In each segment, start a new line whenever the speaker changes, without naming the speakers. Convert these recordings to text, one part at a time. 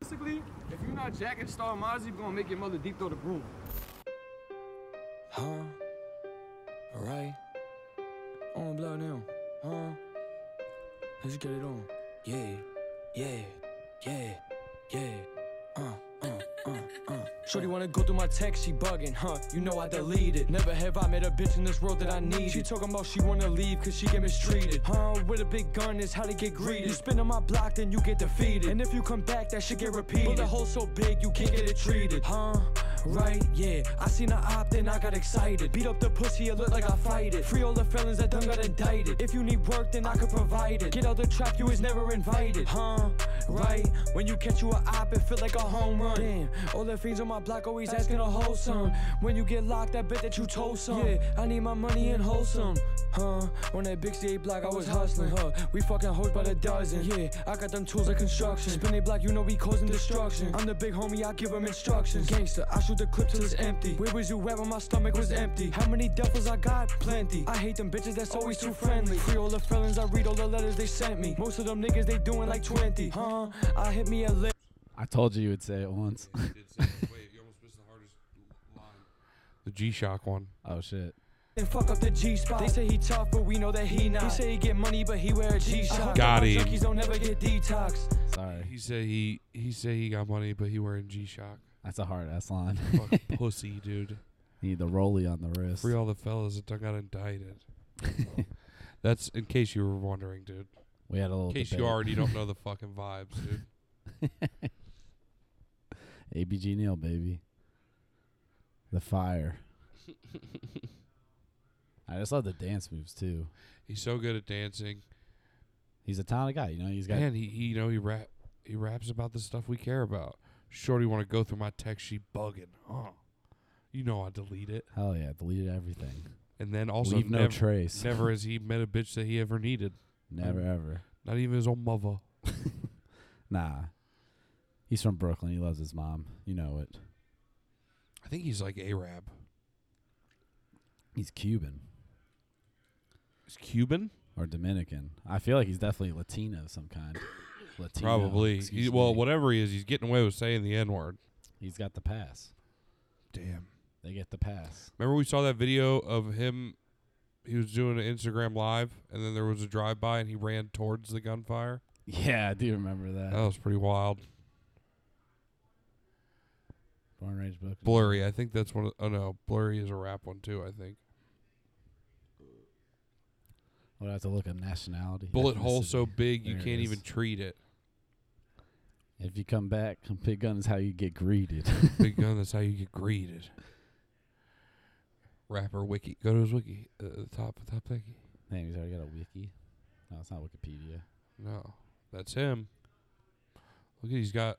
realistically, if you're not Jack and Star Mozzie, you're gonna make your mother deep throw the broom.
Huh? Alright. On blood now. Huh? Let's get it on. Yeah. Yeah. Yeah. Yeah. Uh. Uh. Uh. Uh. Shorty wanna go through my text, she buggin', huh? You know I deleted. Never have I met a bitch in this world that I need. She talking about she wanna leave cause she get mistreated. Huh? With a big gun is how they get greeted. You spin on my block, then you get defeated. And if you come back, that shit get repeated. But the hole so big, you can't get it treated. Huh? Right? Yeah. I seen her op, then I got excited. Beat up the pussy, it look like I fight it. Free all the felons that done got indicted. If you need work, then I could provide it. Get out the trap, you was never invited. Huh? Right? When you catch you a op, it feel like a home run. Damn, all the fiends on my block always asking a whole son. When you get locked, I bet that you told some. Yeah, I need my money and wholesome. Huh? On that big C8 block, I was hustling. Huh? We fucking hoes by the dozen. Yeah, I got them tools like construction. Spin a block, you know we causing destruction. I'm the big homie, I give 'em instructions. Gangsta, I shoot the clip till it's empty. Where was you at when my stomach was empty? How many devils I got? Plenty. I hate them bitches that's always too friendly. Free all the felons, I read all the letters they sent me. Most of them niggas, they doing like 20. Huh? I hit me a lick.
I told you you would say it once.
You did say- wait, you almost missed the hardest line. The G Shock one.
oh shit.
And fuck up the G spot. They say he tough, but we know that he not. He say he get money, but he wear a G shot.
Got him.
Junkies don't never get detox.
Sorry.
He said he he said he got money, but he wearing G Shock.
That's a hard ass line.
Fuck pussy, dude.
you need the rolly on the wrist.
Free all the fellas that done got indicted. That's in case you were wondering, dude.
We had a little
In case
debate.
you already don't know the fucking vibes, dude.
ABG Neil, baby. The fire. I just love the dance moves too.
He's so good at dancing,
He's a talented guy, you know. He's got
and he, he you know he rap he raps about the stuff we care about. Shorty want to go through my text, she bugging, huh? You know I delete it,
hell yeah, deleted everything.
and then also
Leave no
never,
trace.
never has he met a bitch that he ever needed.
Never ever.
Not even his own mother.
Nah. He's from Brooklyn. He loves his mom. You know it.
I think he's like Arab.
He's Cuban
He's Cuban,
or Dominican. I feel like he's definitely Latino of some kind. Latino.
probably.
excuse
He, well,
me.
whatever he is, he's getting away with saying the N word.
He's got the pass.
Damn.
They get the pass.
Remember we saw that video of him. He was doing an Instagram live, and then there was a drive by, and he ran towards the gunfire.
Yeah, I do remember that.
That was pretty wild.
Born and raised Brooklyn.
Blurry, I think that's one. Of, oh no, Blurry is a rap one too. I think
Would I have to look at nationality?
Bullet hole
ethnicity.
so big you
There it
can't
is.
even treat it.
If you come back, big gun is how you get greeted.
Big gun, that's how you get greeted. Rapper wiki, go to his wiki. Uh, the top, the top wiki.
Man, he's already got a wiki. No, it's not Wikipedia.
No, that's him. Look, at he's got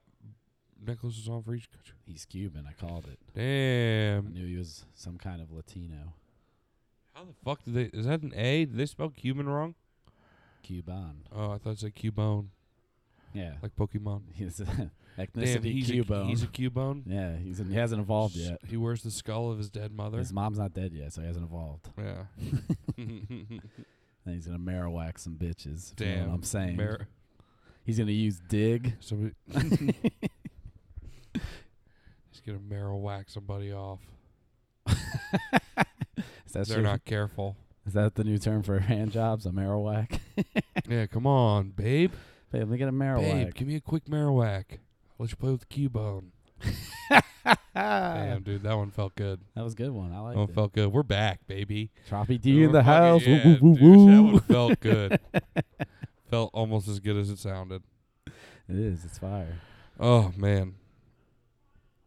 necklaces on for each. country.
He's Cuban. I called it. I
Damn.
knew he was some kind of Latino.
How the fuck did they? Is that an A? Did they spell Cuban wrong?
Cuban.
Oh, I thought it said Cubone,
Yeah.
like Pokemon.
He's
Damn,
ethnicity
he's
Cuban.
a he's a Cubone.
yeah, he's he hasn't evolved yet.
He wears the skull of his dead mother.
His mom's not dead yet, so he hasn't evolved.
Yeah.
And he's gonna marowak some bitches. if you know
Damn.
what I'm saying.
Mar-
he's gonna use dig.
somebody. he's gonna marrow whack somebody off.
Is that,
They're
shit-
not careful.
is that the new term for hand jobs? A marowak?
yeah, come on, babe.
Babe, let me get a marowak.
Babe, give me a quick marowak. Let you play with the Cubone.
Uh,
Damn, dude, that one felt good.
That was a good one. I
That
like
one
it.
felt good. We're back, baby.
Troppy D in
We're
the
fucking-
house. Woo,
Oh, yeah,
woo,
dude,
woo,
That
woo.
one felt good. felt almost as good as it sounded.
It is. It's fire.
Oh man,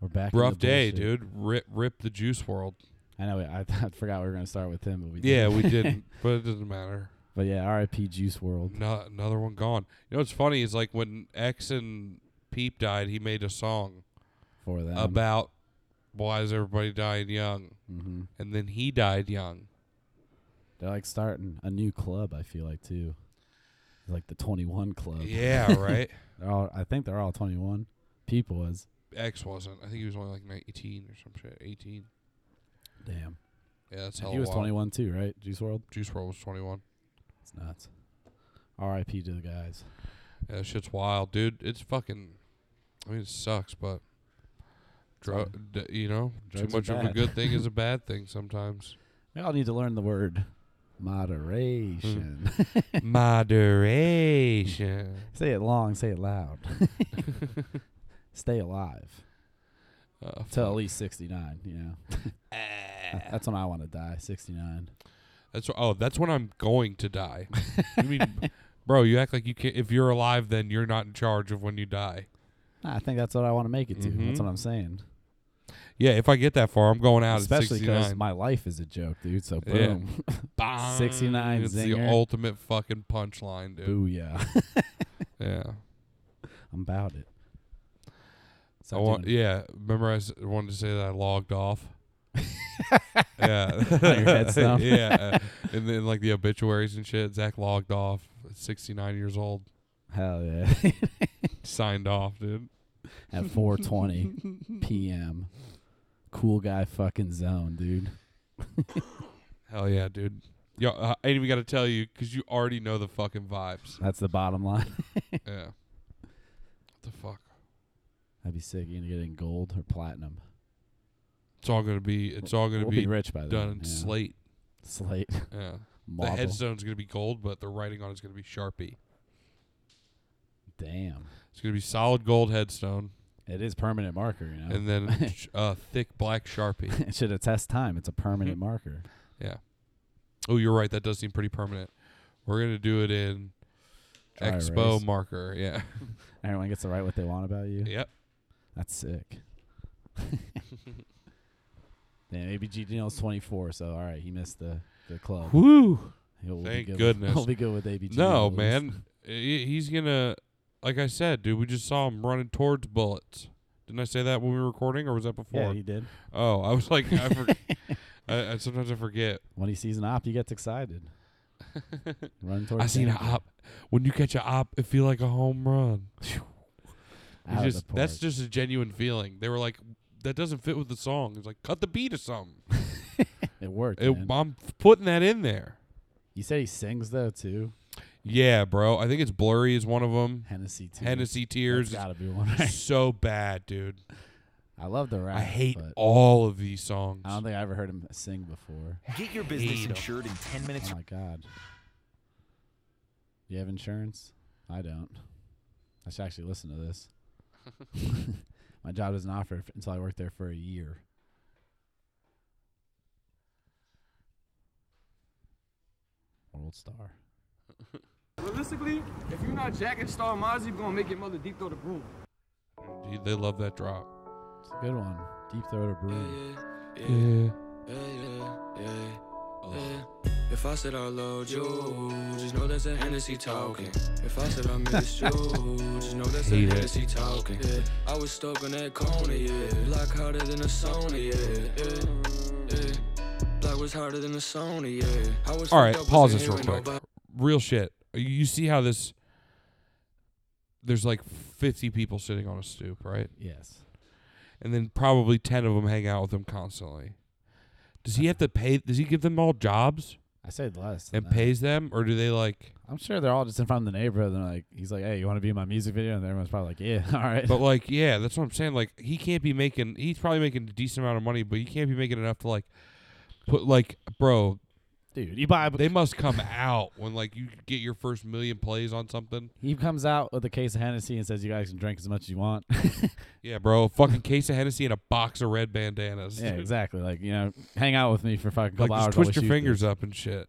We're back. in
rough
the
day,
bullshit.
dude. Rip, rip the juice world.
I know. I, I forgot we were gonna start with him, but we
Yeah,
didn't.
we didn't, but it doesn't matter.
But yeah, R.I.P. Juice World.
No, another one gone. You know what's funny is like when X and Peep died, he made a song
for them.
about why is everybody dying young,
hmm
and then he died young.
They're like starting a new club. I feel like too, like the Twenty One Club.
Yeah, right.
They're all. I think they're all twenty one. People is
X wasn't. I think he was only like nineteen or some shit. Eighteen.
damn.
Yeah, that's
And
how
he was twenty one too, right? Juice World.
Juice World was twenty one.
It's nuts. R.I.P. to the guys.
Yeah, that shit's wild, dude. It's fucking. I mean, it sucks, but dro-
Sorry.
d- you know,
Drugs
too
are
much of a
bad.
good thing is a bad thing sometimes.
We all need to learn the word moderation.
Hmm. Moderation.
say it long, say it loud. Stay alive
Uh,
till at least 69, you know. uh, That's when I want to die, 69.
ah. That's wh- oh, that's when I'm going to die. you mean, bro? You act like you can't. If you're alive, then you're not in charge of when you die.
I think that's what I want to make it to.
Mhm.
That's what I'm saying.
Yeah, if I get that far, I'm going out
Especially
at
because
69.
my life is a joke, dude. So
Yeah.
boom,
Bang.
69
It's the
zinger.
ultimate fucking punchline, dude.
booyah!
Yeah.
I'm about it.
I
Stop
want,
doing
yeah. Remember, I s- wanted to say that I logged off. yeah.
your headstone.
yeah. And then like the obituaries and shit. Zach logged off. at 69 years old.
it. hell yeah
Signed off, dude.
at 4:20 p.m. Cool guy fucking zone, dude.
Hell yeah, dude. Yo, I ain't even got to tell you because you already know the fucking vibes.
That's the bottom line.
yeah. What the fuck?
That'd be sick. You're gonna get in gold or platinum.
It's all gonna be. It's all gonna
we'll be,
be,
rich by then.
done in
yeah.
slate.
Slate.
Yeah. The
Marble.
headstone's gonna be gold, but the writing on it's gonna be sharpie.
Damn.
It's gonna be solid gold headstone,
It is permanent marker, you know.
and then sh- uh, thick black sharpie.
it should attest time. It's a permanent marker.
Yeah. Oh, you're right. That does seem pretty permanent. We're gonna do it in
Dry
expo
erase.
marker. Yeah.
Everyone gets to write what they want about you.
yep.
That's sick. Damn, ABG Daniel's 24, so all right, he missed the, the club.
Woo.
He'll, we'll
Thank
be good
goodness.
With, he'll be good with ABG.
No,
Daniels.
man. He- He's gonna. Like I said, dude, we just saw him running towards bullets. Didn't I say that when we were recording, or was that before?
Yeah, he did.
Oh, I was like, I, for, I, I sometimes I forget.
When he sees an op, he gets excited. Run towards
I seen a
danger.
op. When you catch a op, it feel like a home run. It's
Out of the
just- that's
park.
just a genuine feeling. They were like, that doesn't fit with the song. It's like, cut the beat or something.
it worked.
It-
man.
I'm putting that in there.
You said he sings though too.
Yeah, bro. I think it's blurry is one of them.
Hennessy too.
Hennessy
That's
tears is
gotta be one. Right?
so bad, dude.
I love the rap.
I hate
but
all of these songs.
I don't think I ever heard him sing before.
Get your business
Hate 'em.
insured in 10 minutes
Oh my god. Do you have insurance? I don't. I should actually listen to this. my job doesn't offer it until I work there for a year. World star.
Realistically, if you're not jacking Star Mozzie, we gonna make your mother deep throw the broom.
Dude, they love that drop.
It's a good one. Deep throat or brew.
Yeah.
Yeah, yeah, yeah, yeah. If I said I loved you, just know that's a Hennessy talking. If I said I missed you, just know that's a
Hate it.
Hennessy talking. Yeah. I was stuck on that corner, yeah. Block harder than a Sony, yeah. yeah, yeah. Block was harder than a Sony, yeah. I was
All right,
fucked up,
pause
wasn't
this real
hearing
quick.
nobody.
Real shit. You- You see how this? There's like 50 people sitting on a stoop, right?
Yes.
And then probably 10 of them hang out with him constantly. Does he have to pay? Does he give them all jobs
I said less. than
and
that.
pays them, or do they like?
I'm sure they're all just in front of the neighborhood. And they're like, he's like, hey, you want to be in my music video? And everyone's probably like, yeah, all right.
But like, yeah, that's what I'm saying. Like, he can't be making. He's probably making a decent amount of money, but he can't be making enough to like put like, bro.
Dude, you buy.
They must come out when like you get your first million plays on something.
He comes out with a case of Hennessy and says, you guys can drink as much as you want.
Yeah, bro. A fucking case of Hennessy and a box of red bandanas.
Yeah, exactly. Like you know, hang out with me for fucking
Like
couple
just
hours.
twist
while
your
we shoot
fingers
this.
up and shit.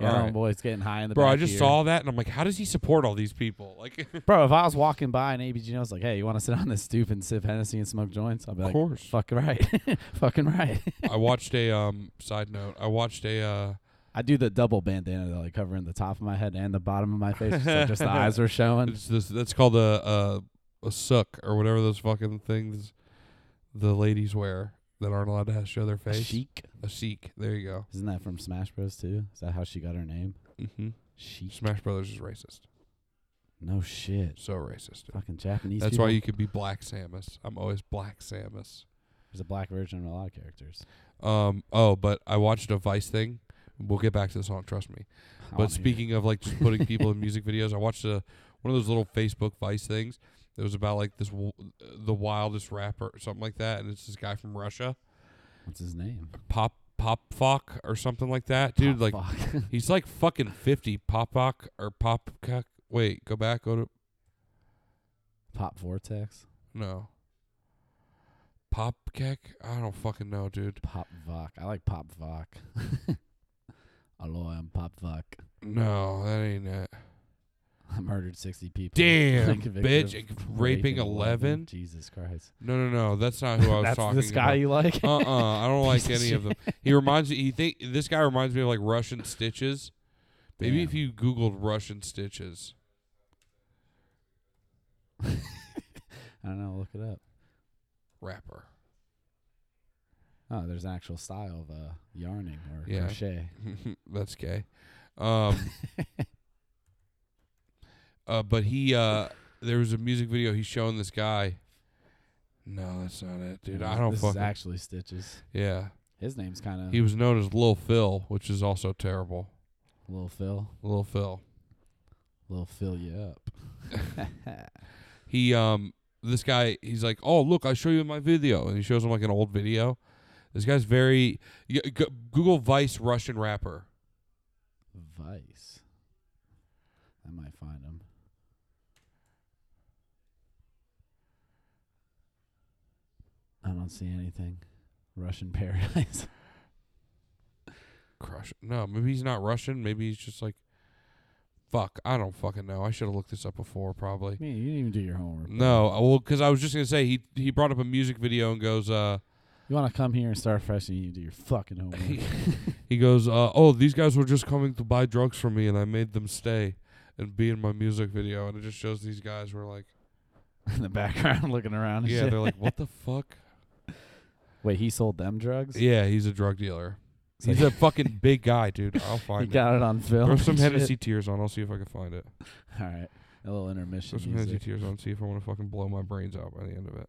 Yeah,
Alright.
boys getting high in the
Bro, I
back
just
here.
saw that and I'm like, how does he support all these people? Like,
Bro, if I was walking by and ABG was like, "Hey, you want to sit on this stoop and sip Hennessy and smoke joints?" I'd be like,
course.
"Fucking right, fucking right."
I watched a um side note. I watched a uh
I do the double bandana though, like covering the top of my head and the bottom of my face, so just the eyes are showing.
it's this that's called a a a suck or whatever those fucking things the ladies wear that aren't allowed to ha- show their
A
face.
Chic,
A chic. There you go.
isn't that from Smash Bros. too? Is that how she got her name?
Mm-hmm.
Chic.
Smash Brothers is racist.
No shit.
So racist. dude.
Fucking Japanese.
That's
people.
why you could be Black Samus. I'm always Black Samus.
There's a black version of a lot of characters.
Um. Oh, but I watched a Vice thing. We'll get back to this song. Trust me.
I wanna
But
hear it.
speaking of like just putting people in music videos, I watched a one of those little Facebook Vice things, It was about like this w- the wildest rapper or something like that, and it's this guy from Russia,
What's his name?
Pop Pop Fock or something like that, dude. like
Fuck.
he's like fucking fifty, Pop Fock or Pop Wait, go back, go to
Pop Vortex.
no. Pop I don't fucking know, dude.
Pop Voc. I like Pop Voc. Hello, I'm Pop Voc.
No, that ain't it.
I murdered 60 people.
Damn,
Been convicted
bitch,
of
and raping 11?
Jesus Christ.
No, no, no. That's not who I was talking
this guy
about.
you like?
uh uh I don't like any of them. He reminds me. He think this guy reminds me of like Russian stitches. Maybe if
Damn.
you Googled Russian stitches,
I don't know. Look it up.
rapper.
Oh, there's an actual style of uh, yarning or
Yeah.
crochet.
That's gay. Um, uh, but he, uh, there was a music video he's showing this guy. No, that's not it, dude. I don't
This is
fucking.
actually Stitches.
yeah,
His name's kind of
he was known as Lil Phil, which is also terrible.
Lil Phil.
Lil Phil.
Lil Phil you up.
he um this guy he's like oh look i show you my video and he shows him like an old video this guy's very y- g- google vice russian rapper
Vice. I might find him. I don't see anything. Russian paradise.
crush no maybe he's not russian maybe he's just like fuck i don't fucking know i should have looked this up before probably
Man, you didn't even do your homework.
no I- well because i was just gonna say he he brought up a music video and goes uh
You want to come here and start fresh, and you do your fucking homework.
he goes uh oh these guys were just coming to buy drugs from me and i made them stay and be in my music video and it just shows these guys were like
in the background, looking around. And
yeah
shit.
they're like what the fuck
Wait, he sold them drugs.
Yeah, he's a drug dealer.
It's
He's a
like-
fucking big guy, dude. I'll
He
find it.
got it on film.
Throw some
and shit.
Hennessy tears on. I'll see if I can find it.
All right, a little intermission.
Throw some
music.
Hennessy tears on. See if I want to fucking blow my brains out by the end of it.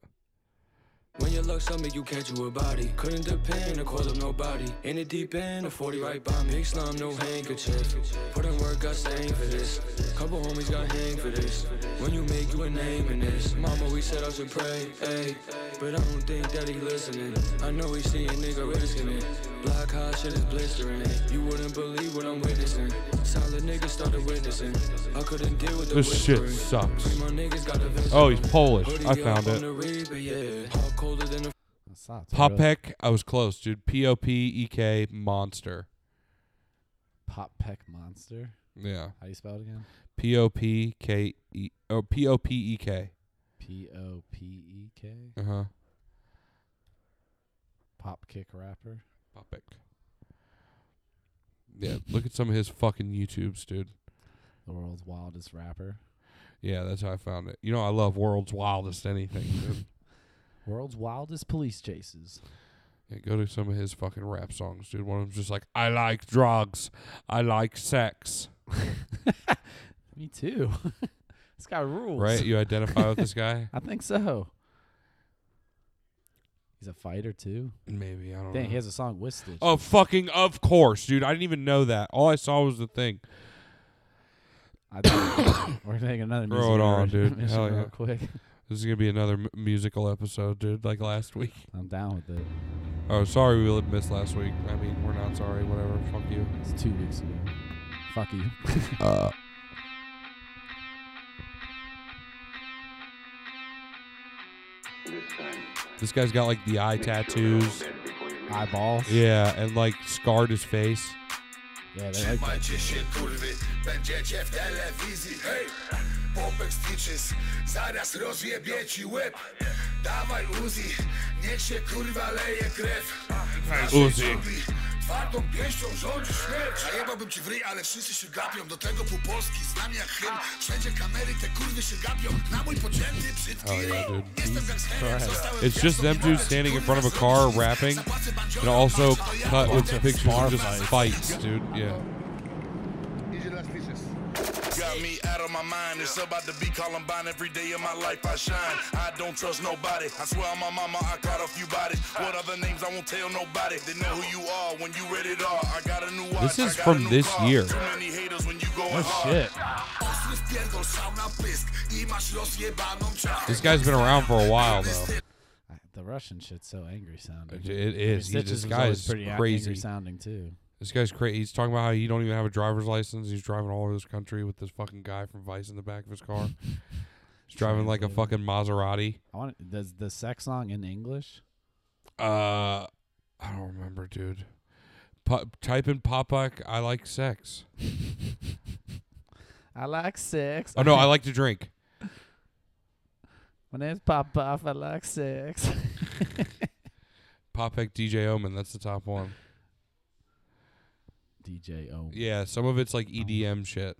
When your luck's on me, you catch you a body. Couldn't depend or call up nobody. In the deep end, a 40 right by me. Big slime, no handkerchief. Put in work, got sang for this. Couple homies got hang for this. When you make you a name in this. Mama, we said I should pray, ayy. But I don't think that he listening. I know he see a nigga risking it. Black hot shit is blistering. You wouldn't believe what I'm witnessing. Solid niggas started witnessing. I couldn't deal with the
This shit
whispering.
sucks.
My niggas got a vision.
Oh, he's Polish.
Hoodie
I
up
found
on
it.
the reaper, yeah. Hard colder than a
That's not- it's Oh, really-
Popek. I was close, dude. P O P E K monster.
Pop Peck Monster.
Yeah.
How do you spell it again?
P O P K E. Oh, P O P E K.
P O P E K.
Uh huh.
Pop Kick Rapper.
Popek. Yeah. Look at some of his fucking YouTubes, dude.
The world's wildest rapper.
Yeah, that's how I found it. You know, I love World's Wildest Anything, dude.
World's wildest police chases.
Yeah, go to some of his fucking rap songs, dude. One of them's just like, I like drugs. I like sex.
Me too. this guy rules.
Right? You identify with this guy?
I think so. He's a fighter too.
Maybe. I don't
Dang,
know.
he has a song with Stitch.
oh, fucking, of course, dude. I didn't even know that. All I saw was the thing.
I think we're gonna take another
Throw
music
it on,
intermission
dude. Hell yeah.
real quick.
This is going to be another m- musical episode, dude, like last week.
I'm down with it.
Oh, sorry we missed last week. I mean, we're not sorry. Whatever. Fuck you.
It's two weeks ago. Fuck you.
This guy's got like the eye tattoos.
Eyeballs.
Yeah, and like scarred his face.
Yeah, they like
Trzymajcie się kurwy, będziecie w telewizji Hej, Popek Stitches, zaraz rozjebie ci łeb Dawaj Uzi, niech się kurwa leje krew
Uzi.
Dżungli, Twardą pięścią rządzi śmierć Zajebałbym ci w ryj, ale wszyscy się gapią Do tego pół Polski, znam jak hymn Wszędzie kamery, te kurwy się gapią Na mój podzięty, brzydki
Oh, yeah,
ryj
dude.
Jestem gangsterem, zostałem
It's just them two standing in front of a car rapping, and also cut with some pictures of just fights, dude. Yeah.
Got me out of my mind. It's about to be Columbine. Every day of my life I shine. I don't trust nobody. I swear on my mama, I caught a few bodies. What other names I won't tell nobody. They know who you are when you read it all. I got a new watch.
This is
I got a
from
new
this
car.
year.
Too many haters when you going
Oh
hard.
shit.
Wpierdol szał na pysk i masz rozjebaną czapkę.
This guy's been around for a while though.
I, the Russian shit's so angry sounding.
It it is. He-
Stitches
This
was
guy
always
is
pretty a-
crazy.
angry sounding too.
This guy's crazy. He's talking about how he don't even have a driver's license. He's driving all over this country with this fucking guy from Vice in the back of his car. He's driving like a fucking Maserati.
I want does the sex song in English?
Uh, I don't remember, dude. Po- type in Popak. I like sex.
I like sex.
Oh no, I like to drink.
My name's Pop Off. I like sex.
Popak DJ Omen. That's the top one.
DJ O.
Yeah, some of it's like EDM shit.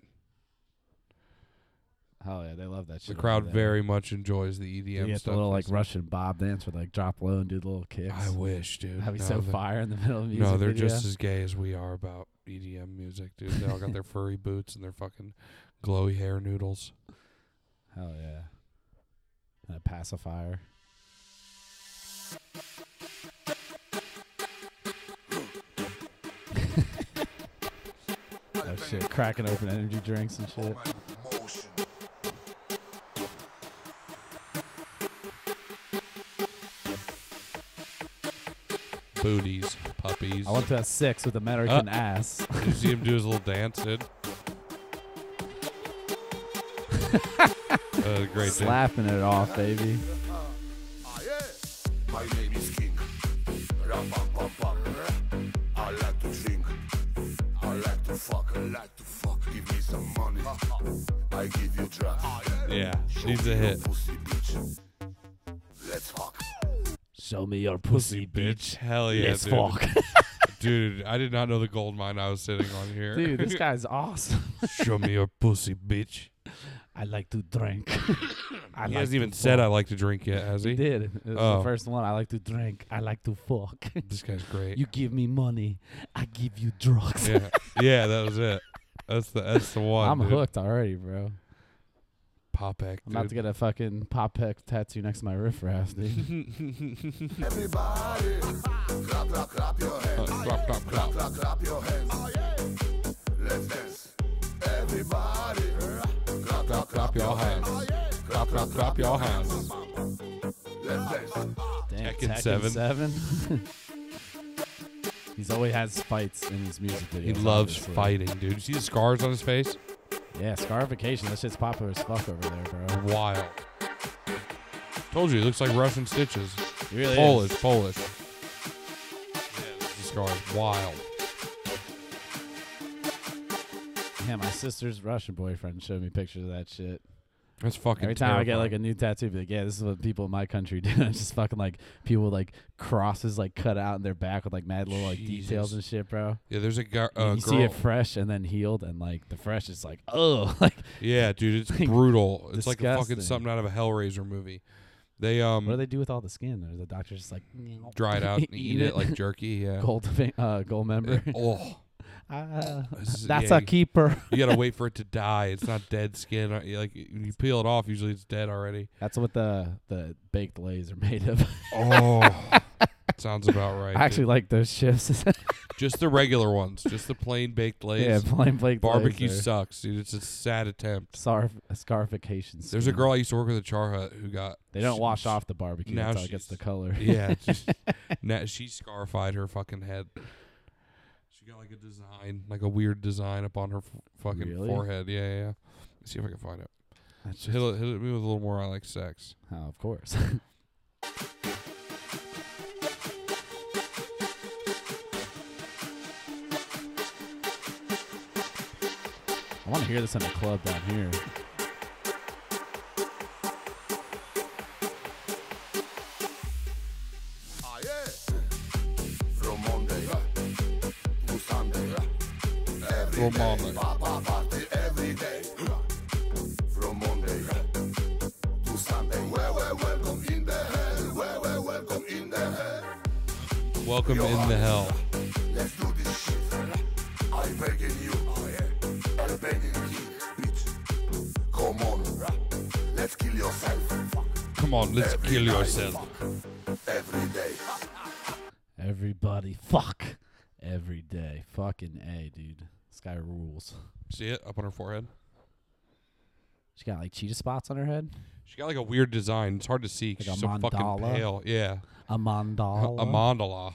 Oh yeah, they love that
The
shit. over
crowd
there.
very much enjoys the
You get
EDM
the
stuff.
little like
Listen.
Russian bob dance with like drop low and do the little kicks.
I wish, dude.
That'd be
No,
so
they're-
fire in the middle of a music
No, they're
video.
just as gay as we are about EDM music, dude. They all got their furry boots and their fucking glowy hair noodles.
Hell yeah. And a pacifier. oh shit, cracking open energy drinks and shit.
oh,
Booties, puppies.
I went to a six with American
Uh.
ass.
Did you see him do his little dance, dude? uh, great dude.
Slapping it off, baby.
My name is King. Ram bam bam bam. I like to drink. I like to fuck. I like to fuck. Give me some money. I give you drugs.
Yeah, she's a hit.
Pussy bitch. Let's fuck.
Show me your pussy,
Bitch, hell yeah,
Let's
dude.
fuck.
Dude, I did not know the gold mine I was sitting on here.
Dude, this guy's awesome.
Show me your pussy, bitch.
I like to drink. I
He
like
hasn't
to
even said
fuck.
I like to drink yet, has he?
did. It was
Oh.
the first one. I like to drink. I like to fuck.
This guy's great.
you give me money. I give you drugs.
yeah, yeah, that was it. That's the that's the one.
I'm
dude.
hooked already, bro.
Popek.
I'm about to get a fucking pop heck tattoo next to my riffraff, dude.
Everybody. Clap, clap, clap your hands.
clap, clap, clap.
Clap, clap your hands. Oh, Let's dance. Everybody. Clap, clap, clap your hands. Oh, Clap, clap, clap your hands. Let's dance.
Damn,
Tekken 7.
seven. He's always has fights in his music videos.
He loves
obviously.
fighting, dude. You see the scars on his face?
Yeah, scarification. That shit's popular as fuck over there, bro.
Wild. Told you, he looks like Russian stitches.
He really
Polish, Polish. Yeah, this is scars. Wild.
is. Yeah, my sister's Russian boyfriend showed me pictures of that shit.
That's fucking
Every time I get like a
terrifying.
new tattoo, be like, yeah, this is what people in my country do. it's just fucking like people with like crosses like cut out in their back with like mad little like
Jesus.
details and shit, bro.
Yeah, there's a gar-
And
uh,
you
girl.
see it fresh and then healed, and like the fresh is like, oh, like
yeah, dude, it's brutal. It's like a fucking
disgusting.
something out of a Hellraiser movie. They um
what do they do with all the skin? Or the doctor's just like
dry it out and eat,
Eat
it.
it.
like jerky. Yeah.
gold, fi- uh, gold member.
oh,
Ah,
This is-
that's
yeah,
a
you-
keeper.
you gotta wait for it to die. It's not dead skin. Uh, you- Like you peel it off, usually it's dead already.
That's what the the baked lays are made of.
Oh, sounds about right.
I
dude.
actually like those shifts.
Just the regular ones, just the plain baked lays.
yeah, plain baked
Barbecue
lays are
sucks, dude. It's a sad attempt.
sarf- scarification.
There's a
skin.
girl I used to work with at Char Hut who got.
They don't
she-
wash off the barbecue.
now
That's how it gets
she's-
the color.
Yeah, it's just, na- she scarified her fucking head. She got like a design, like a weird design up on her f- fucking
Really?
forehead. Yeah, yeah. yeah. Let's see if I can find it.
That's
So hit, it- hit it me with a little more. I like sex.
Oh, of course. I want to hear this in a club down here.
Ah, yeah. From Monday to Sunday. Every
From Monday.
day. Pa, pa, party every day. From Monday to Sunday. Well, well, welcome in the hell. Well, well, welcome in the hell.
Welcome in the hell.
Let's do this shit. I'm begging you. I'm begging you, bitch. Come on. Let's kill yourself.
Come on, let's kill yourself.
Every day.
Everybody, fuck every day. Fucking a, dude. This guy rules.
See it up on her forehead?
She got like cheetah spots on her head.
She got like a weird design. It's hard to see. 'cause
Like a
she's so fucking
mandala?
pale. Yeah,
A mandala.
a mandala.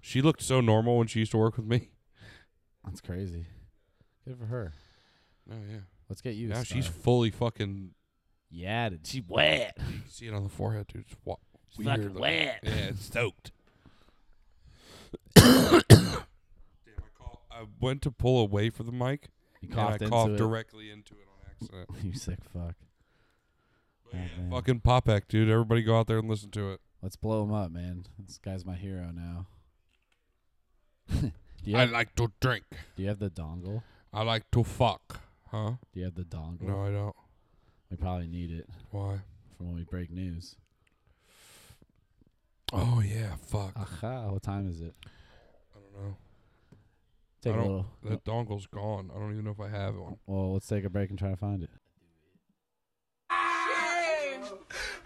She looked so normal when she used to work with me.
That's crazy. Good for her.
Oh yeah.
Let's get you. a
Now she's
star.
fully fucking.
yeah, dude, she wet.
You can see it on the forehead, dude. It's wa-
She's fucking
weird looking.
wet.
Yeah, it's stoked. Damn, I, call, I went to pull away for the mic,
You
and I
coughed into
coughed
it.
directly into it on accident.
you sick fuck.
But Oh, yeah,
man.
fucking pop act, dude. Everybody go out there and listen to it.
Let's blow him up, man. This guy's my hero now. do you
I
have,
like to drink.
do you have the dongle?
I like to fuck. Huh?
Do you have the dongle?
No, I don't.
We probably need it
Why?
for when we break news.
Oh yeah, fuck.
Aha, what time is it?
I don't know.
Take
I
a
don't-
little.
That dongle's gone. I don't even know if I have one.
Well, let's take a break and try to find it.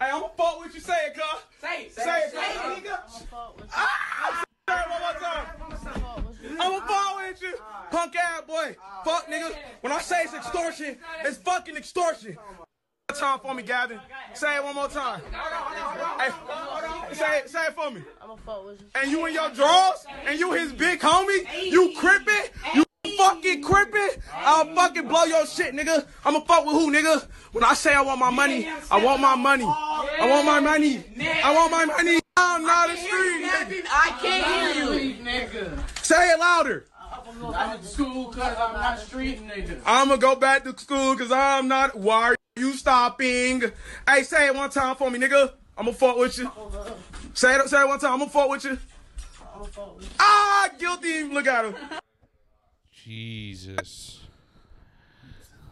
Hey, I'ma fuck what you saying, cuz. Say it, say it, nigga. Ah! I'ma fuck with you, punk ass boy. Fuck nigga. When I say it's extortion, it's fucking extortion. One Time for me, Gavin. Say it one more time. Hey, say it, say it for me.
I'ma fuck with you.
And you in your drawers, and you his big homie. You crippin', you fucking crippin'. I'll fucking blow your shit, nigga. I'ma fuck with who, nigga? When I say I want my money, I want my money. I want my money. I want my money. I'm not a street. nigga.
I can't hear you, nigga.
Say it louder.
I'm in school cause I'm not a street nigga.
I'ma go back to school cause I'm not. Why are you stopping? Hey, say it one time for me, nigga. I'ma fuck with you. Say it, say it one time. I'ma fuck with you.
I'ma fuck with you.
Ah, guilty. Look at him.
Jesus.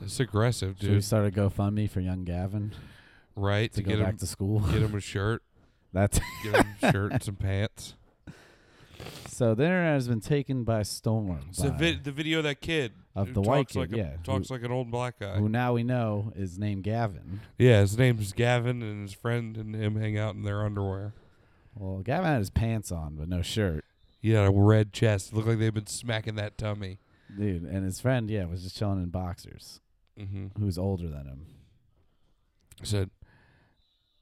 It's aggressive,
Should we
dude.
start a GoFundMe for young Gavin
Right?
to,
To,
go
get
back
him
to school?
get him a shirt.
That's
Get him a shirt and some pants.
so. The internet has been taken by storm.
It's the,
by-
vid- the video of that kid
Of
who
the
talks
white
like
kid,
a,
yeah, who-
talks like an old black guy.
who now we know is named Gavin.
Yeah, his name's Gavin, and his friend and him hang out in their underwear.
Well, Gavin had his pants on but no shirt,
He had a red chest. It looked like they've been smacking that tummy.
dude. And his friend, yeah, was just chilling in boxers.
Mm-hmm.
Who's older than him?
I said,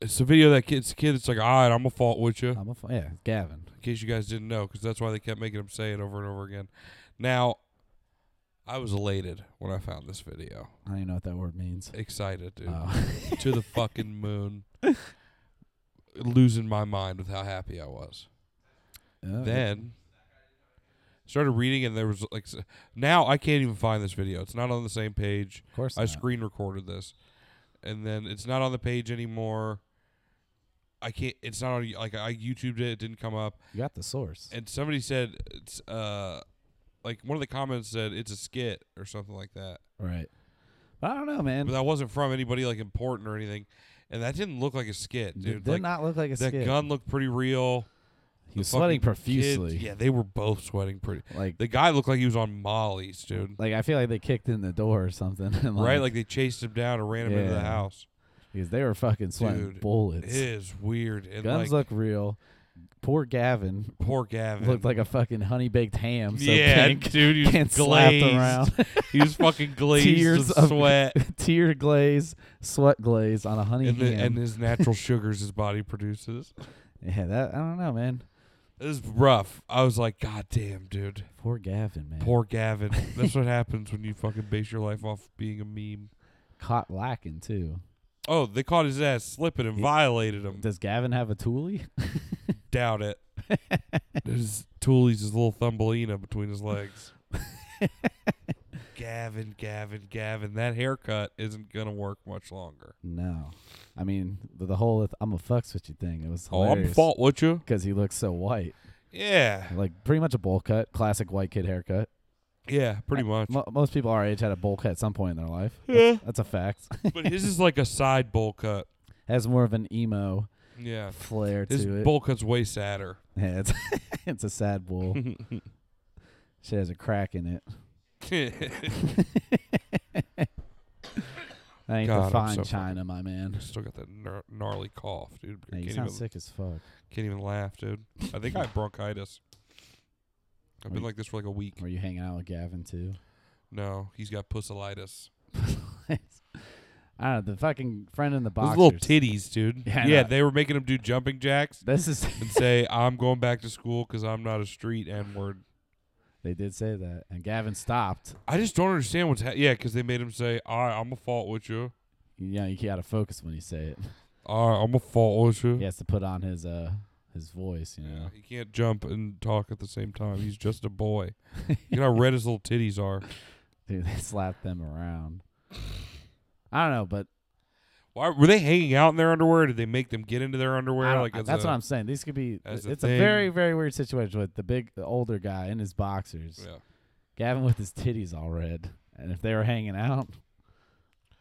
"It's the video of that kid's kid. It's like, all right, I'm gonna fault with you."
I'm a f- yeah, Gavin.
in case you guys didn't know, because that's why they kept making him say it over and over again. Now, I was elated when I found this video.
I don't even know what that word means.
Excited, dude.
Oh.
to the fucking moon. Losing my mind with how happy I was.
Oh,
Then started reading, and there was like, s- now I can't even find this video. It's not on the same page.
of course,
I
not.
screen recorded this, and then it's not on the page anymore. I can't. It's not on. Like I YouTubed it. It didn't come up.
You got the source.
And somebody said it's uh like one of the comments said it's a skit or something like that.
right. But I don't know,
But
man.
that wasn't from anybody like important or anything. And that didn't look like a skit,
It
dude.
did
like,
not look like a
that
skit.
gun looked pretty real.
he was
The fucking
sweating
kids-
profusely.
yeah, they were both sweating pretty.
Like,
The guy looked like he was on Molly's, dude.
like I feel like they kicked in the door or something. and,
right? Like they chased him down and ran him into the
Yeah.
house.
because they were fucking sweating
Dude, It
bullets.
is weird. And
Guns
like
look real. Poor Gavin
poor Gavin
looked like a fucking honey baked ham. So
yeah,
pink.
dude, he was
and slapped
glazed.
around.
he was fucking glazed
Tears
with
of-
sweat.
Tear glaze, sweat glaze on a honey
and, the,
ham.
and his natural sugars his body produces.
yeah, that I don't know, man.
This is rough. I was like, God damn, dude.
Poor Gavin, man.
Poor Gavin. That's what happens when you fucking base your life off being a meme.
caught lacking too.
Oh, they caught his ass slipping and
He-
violated him.
Does Gavin have a toolie?
Doubt it. His toolies his little thumbelina between his legs. Gavin, Gavin, Gavin. That haircut isn't gonna work much longer. "No."
No. I mean, the, the whole "I'm a fucks with you" thing. It was
Oh, I'm
hilarious.
fault with you.
because he looks so white.
Yeah,
Like pretty much a bowl cut, classic white kid haircut.
yeah, pretty much.
Mo- most people our age had a bowl cut at some point in their life.
Yeah.
That's a fact.
But his is like a side bowl cut.
Has more of an emo
Yeah,
flair
his
to it.
bowl cut's way sadder.
Yeah, it's it's a sad bowl. Shit has a crack in it. I ain't
God,
the
I'm
fine
so
China, my man.
Still got that gnar- gnarly cough, dude.
Yeah, you
can't,
sound
even,
sick as fuck.
can't even laugh, dude. I think I have bronchitis. I've been
Are you-
like this for like a week.
Were you hanging out with Gavin too?
No, he's got pussilitis.
I don't know the fucking friend in the
Those
box.
little titties, dude.
Yeah, I
yeah
know.
they were making him do jumping jacks
This is
and say, "I'm going back to school because I'm not a street n word."
they did say that, and Gavin stopped.
I just don't understand what's ha- yeah, because they made him say, "All right, I'm a fault with you.
You know, you gotta focus when you say it.
All right, I'm a fault with you."
He has to put on his uh his voice. You know,
He can't jump and talk at the same time. He's just a boy. You know how red his little titties are.
dude, they slapped them around. I don't know, but
Why were they hanging out in their underwear? Did they make them get into their underwear?
I don't-
like as
that's
a-
what I'm saying. These could be.
as a
it's a very
thing.
very weird situation with the big the older guy in his boxers.
Yeah.
Gavin with his titties all red, and if they were hanging out,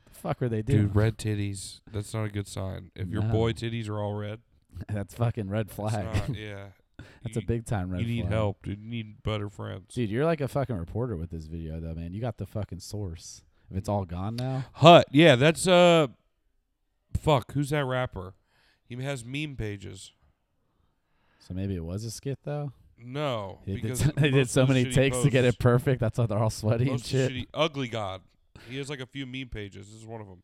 the fuck were they doing?
Dude, red titties. That's not a good sign. If your
No.
boy titties are all red,
that's fucking red
it's
flag.
not- yeah,
that's
you,
a big time red
You need
flag.
help. dude. You need better friends.
Dude, you're like a fucking reporter with this video, though, man. You got the fucking source. If
Mm.
it's all gone now,
Hut. Yeah, that's uh, fuck. Who's that rapper? He has meme pages.
so maybe it was a skit, though.
No,
They did,
because
so, they did
most
so
of the
many
shitty
takes to get
posts-
it perfect. That's why they're all sweaty and
most of the
shit.
shitty, ugly God. He has like a few meme pages. This is one of them.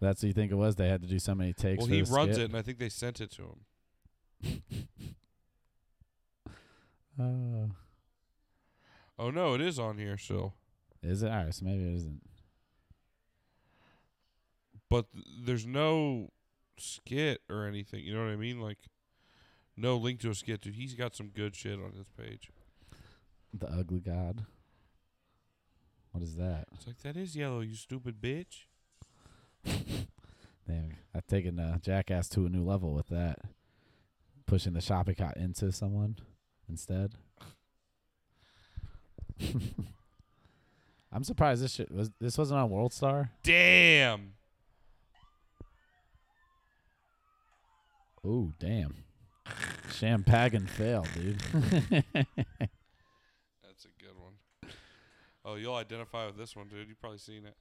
That's what you think it was. They had to do so many takes.
Well,
for
he
the
runs it,
skit.
and I think they sent it to him.
Oh,
Oh no, it is on here still.
is it all right? So maybe it isn't.
but th- there's no skit or anything. You know what I mean? Like, no link to a skit, dude. He's got some good shit on his page.
The ugly god. What is that?
It's like that is yellow, you stupid bitch.
Damn, I've taken uh, Jackass to a new level with that. Pushing the shopping cart into someone instead. I'm surprised this shit was this wasn't on World Star.
Damn.
Ooh, damn. Champagne fail, dude.
That's a good one. Oh, you'll identify with this one, dude. You've probably seen it.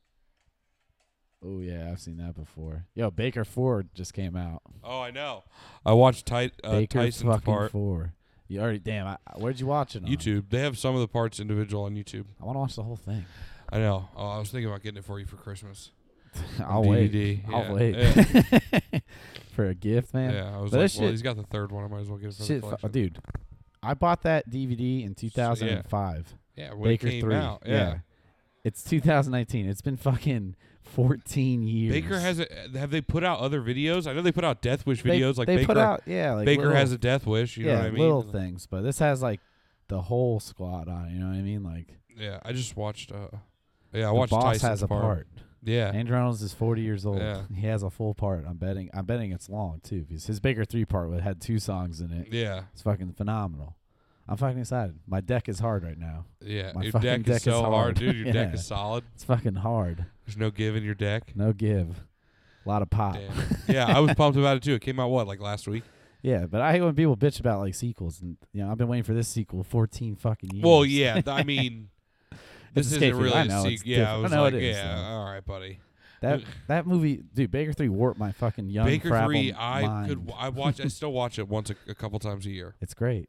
oh yeah, I've seen that before. Yo, Baker Ford just came out.
Oh, I know. I watched Ty- uh,
Baker
Tyson's
fucking
part.
Ford. You already damn. I, I- where'd you watch it on?
YouTube. They have some of the parts individual on YouTube.
I want to watch the whole thing.
I know. Oh, I was thinking about getting it for you for Christmas.
I'll wait.
DVD,
I'll
yeah,
wait for a gift, man.
Yeah, I was
But
like,
this
well,
shit-
he's got the third one. I might as well get it for
Shit,
the
fu-
collection.
dude. I bought that DVD in 2005.
yeah, when
Baker
it came
3.
out. yeah.
It's 2019. It's been fucking 14 years.
Baker has a. Have they put out other videos? I know they put out Death Wish
They-
videos. like
they
Baker,
put out, yeah, like
Baker
little,
has a Death Wish. You
yeah,
know what I mean?
little things, but this has like the whole squad on it. You know what I mean? Like
Yeah, I just watched. uh Yeah, I
the
watched.
boss
Tyson's
has a
part. Yeah,
Andrew Reynolds is 40 years old.
Yeah.
He has a full part. I'm betting. I'm betting it's long too because his Baker three part would- had two songs in it.
yeah,
It's fucking phenomenal. I'm fucking excited. My deck is hard right now.
yeah.
My
your
fucking
deck,
deck
is
is
so hard,
hard.
dude. Your deck
Yeah.
is solid.
It's fucking hard.
There's no give in your deck.
No give. A lot of pop.
Damn. yeah, I was pumped about it too. It came out what like last week.
Yeah, but I hate when people bitch about like sequels, and you know I've been waiting for this sequel fourteen fucking years.
Well, yeah. th- I mean, this
It's
isn't
escape route.
really
I
a
know,
sequ-
it's
Yeah, I
different. I
was
know
like,
it is,
yeah,
though.
all right, buddy.
that that movie, dude. Baker Three warped my fucking young
Baker
frazzled
three. I
mind.
could. I watch. I still watch it once a, a couple times a year.
It's great,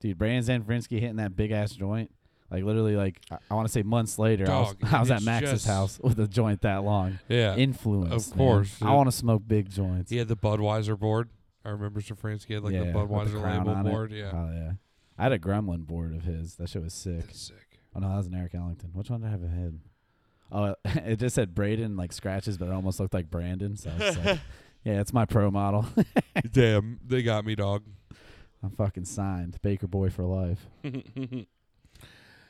dude. Brandon Zanfrinsky hitting that big ass joint, like literally, like I, want to say months later, I
Dog,
was, I was
it's
at Max's
just-
house with a joint that long.
Yeah.
Influence,
Of
man.
course,
I
dude.
want to smoke big joints.
He had the Budweiser board. I remember Stefanski had like
yeah,
the
with
Budweiser
crown
label
on it. Uh,
board. Yeah.
Hell yeah. I had a Gremlin board of his. That shit was sick.
That's sick.
Oh no, that was an Eric Ellington. Which one did I have ahead? Oh, it just said Braden like scratches, but it almost looked like Brandon. So I was like, yeah, it's my pro model.
Damn, they got me, dog.
I'm fucking signed, Baker boy for life. They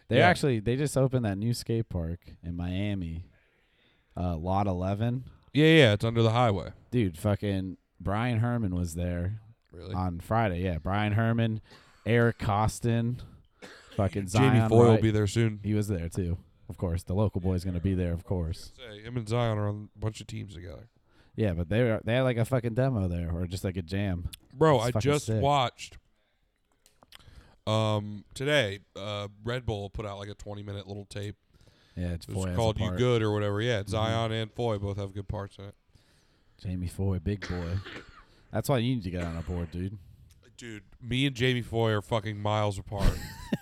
Yeah.
actually they just opened that new skate park in Miami, uh, Lot 11.
Yeah, yeah, it's under the highway.
Dude, fucking Brian Herman was there
Really?
on Friday. Yeah, Brian Herman, Eric Costin, fucking Zion.
Jamie Foy will
Wright.
be there soon.
He was there too. Of course, the local boy's gonna be there. Of course.
Say, him and Zion are on a bunch of teams together.
Yeah, but they were, they had like a fucking demo there, or just like a jam.
Bro,
That's
I
fucking
just
sick.
watched um today, uh Red Bull put out like a twenty minute little tape.
Yeah, it's
It's
Foy has a
called You
part. Mm-hmm.
Good or whatever. Yeah, Zion and Foy both have good parts in it.
Jamie Foy, big boy. That's why you need to get on a board, dude.
Dude, me and Jamie Foy are fucking miles apart.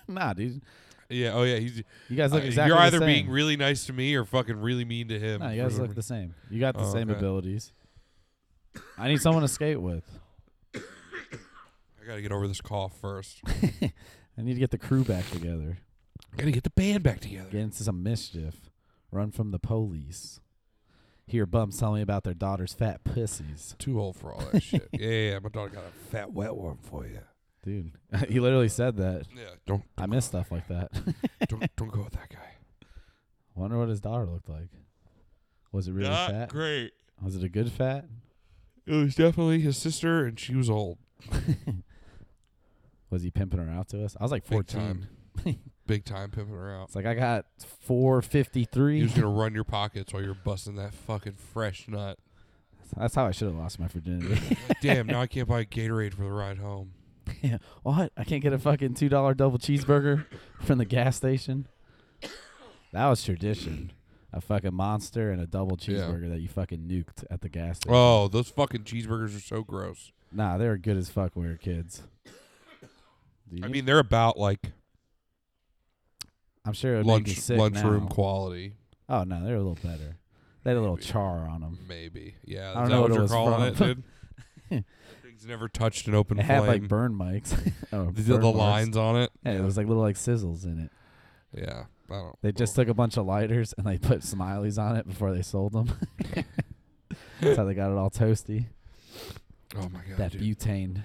nah, dude.
Yeah. Oh yeah. He's.
You guys look
uh,
exactly.
You're
the
either
same.
being really nice to me or fucking really mean to him.
No, you guys look
Whatever.
the same. You got the
Oh,
same
okay.
abilities. I need someone to skate with.
I gotta get over this cough first.
I need to get the crew back together.
gotta get the band back together.
Get into some mischief. Run from the police. Hear bums tell me about their daughter's fat pussies.
Too old for all that shit. Yeah, yeah, yeah. My daughter got a fat wet one for you.
Dude, he literally said that.
Yeah. Don't.
I miss stuff like that.
Don't. don't go with that guy.
Wonder what his daughter looked like. Was it really fat?
great.
Was it a good fat?
It was definitely his sister, and she was old.
Was he pimping her out to us? I was like
Big
14.
Big time pimping her out.
It's like I got
He
453.
was gonna run your pockets while you're busting that fucking fresh nut.
That's how I should have lost my virginity.
Damn, now I can't buy Gatorade for the ride home.
what? I can't get a fucking $2 double cheeseburger from the gas station? That was tradition. A fucking monster and a double
Yeah.
cheeseburger that you fucking nuked at the gas station.
Oh, those fucking cheeseburgers are so gross.
nah, they were good as fuck when we were kids.
I mean, they're about like
I'm sure it would make me
lunch
sick
lunchroom
now.
quality,
Oh no, they were a little better. They had a little char on them.
maybe. Yeah, is
Um, I don't
that
know
what
what it
you're
was
calling
from.
it, dude? Things never touched an open
It
flame.
had like burn mics. oh,
the, the
burn marks.
lines on it.
Yeah, it was like little like sizzles in it.
Yeah, I don't.
They just took a bunch of lighters and they put smileys on it before they sold them. That's how they got it all toasty.
Oh my god,
that
dude.
butane.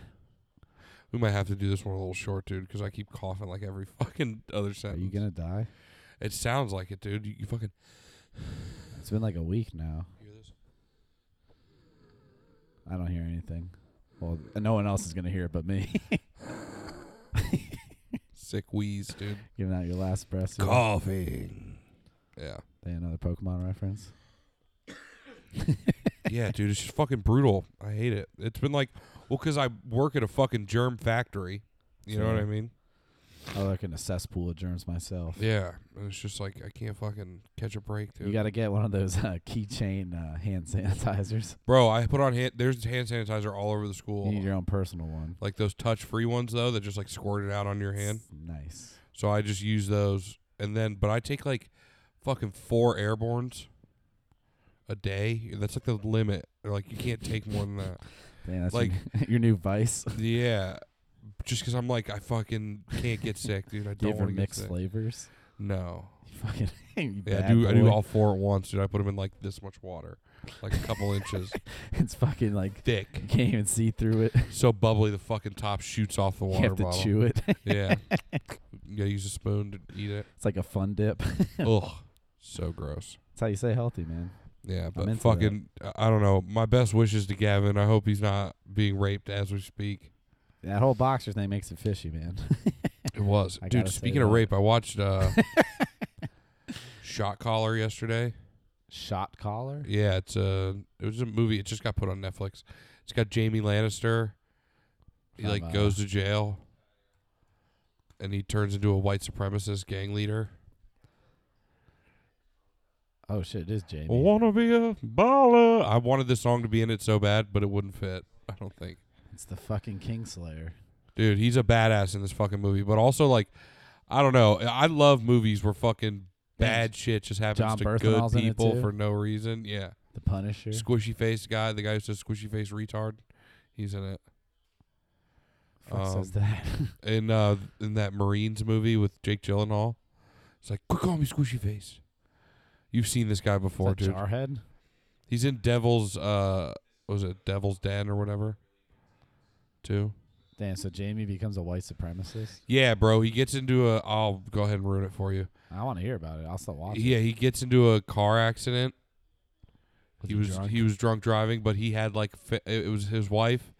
we might have to do this one a little short, dude, because I keep coughing like every fucking other
Are
sentence.
you gonna die?
It sounds like it, dude. You, you fucking
It's been like a week now.
hear this?
I don't hear anything. Well, no one else is gonna hear it but me.
sick wheeze, dude.
Giving out your last breath. They
Coughing. Yeah.
another Pokemon reference.
yeah, dude, it's just fucking brutal. I hate it. It's been like, well, because I work at a fucking germ factory. You know what I
Sure.
mean?
I work in a cesspool of germs myself.
Yeah, and it's just like I can't fucking catch a break, dude.
You gotta get one of those uh, keychain uh, hand sanitizers.
Bro, I put on hand. There's hand sanitizer all over the school.
You need your own personal one.
like those touch-free ones though, that just like squirt it out on your hand.
Nice.
So I just use those, and then but I take like fucking four airborns a day. That's like the limit. They're like you can't take more than that.
Damn, that's
Like-
your, new- your new vice.
Yeah, just because I'm like I fucking can't get sick, dude. I
Do you
don't
ever
want to get
mix
sick.
flavors?
No.
You fucking you
Yeah,
bad
I do. I do
boy.
all four at once, dude. I put them in like this much water, like a couple inches
It's fucking like
thick.
you can't even see through it.
So bubbly, the fucking top shoots off the
You
water
have to
bottle.
chew it.
Yeah, you gotta use a spoon to eat it.
It's like a fun dip.
Ugh, so gross.
That's how you stay healthy, man.
Yeah, but
into that.
fucking, I I don't know. My best wishes to Gavin. I hope he's not being raped as we speak.
That whole boxer thing makes it fishy, man.
It was,
I
dude.
gotta say
Speaking of
that.
rape, I watched uh, Shot Caller yesterday.
Shot collar.
Yeah, it's a it was a movie. It just got put on Netflix. It's got Jamie Lannister. He
From,
like
uh,
goes to jail, and he turns into a white supremacist gang leader.
Oh shit, it is Jamie.
I wanna be a baller. I wanted this song to be in it so bad, but it wouldn't fit. I don't think,
It's the fucking Kingslayer.
dude. He's a badass in this fucking movie, but also like, I don't know. I love movies where fucking bad shit just happens
John
to
Bernthal's
good
in it
people
too?
for no reason. Yeah,
The Punisher.
squishy face guy, the guy who says squishy face retard, he's in it.
Fuck says
um,
that.
in uh in that Marines movie with Jake Gyllenhaal. It's like, quick call me Squishy Face. You've seen this guy before,
Is
dude.
that Jarhead.
He's in Devil's uh what was it Devil's Den or whatever. Too.
Damn. So Jamie becomes a white supremacist.
Yeah, bro. He gets into a. I'll go ahead and ruin it for you.
I want to hear about it. I'll still watch it.
Yeah, he gets into a car accident.
Was
he was
drunk?
he was drunk driving, but he had like fa- it was his wife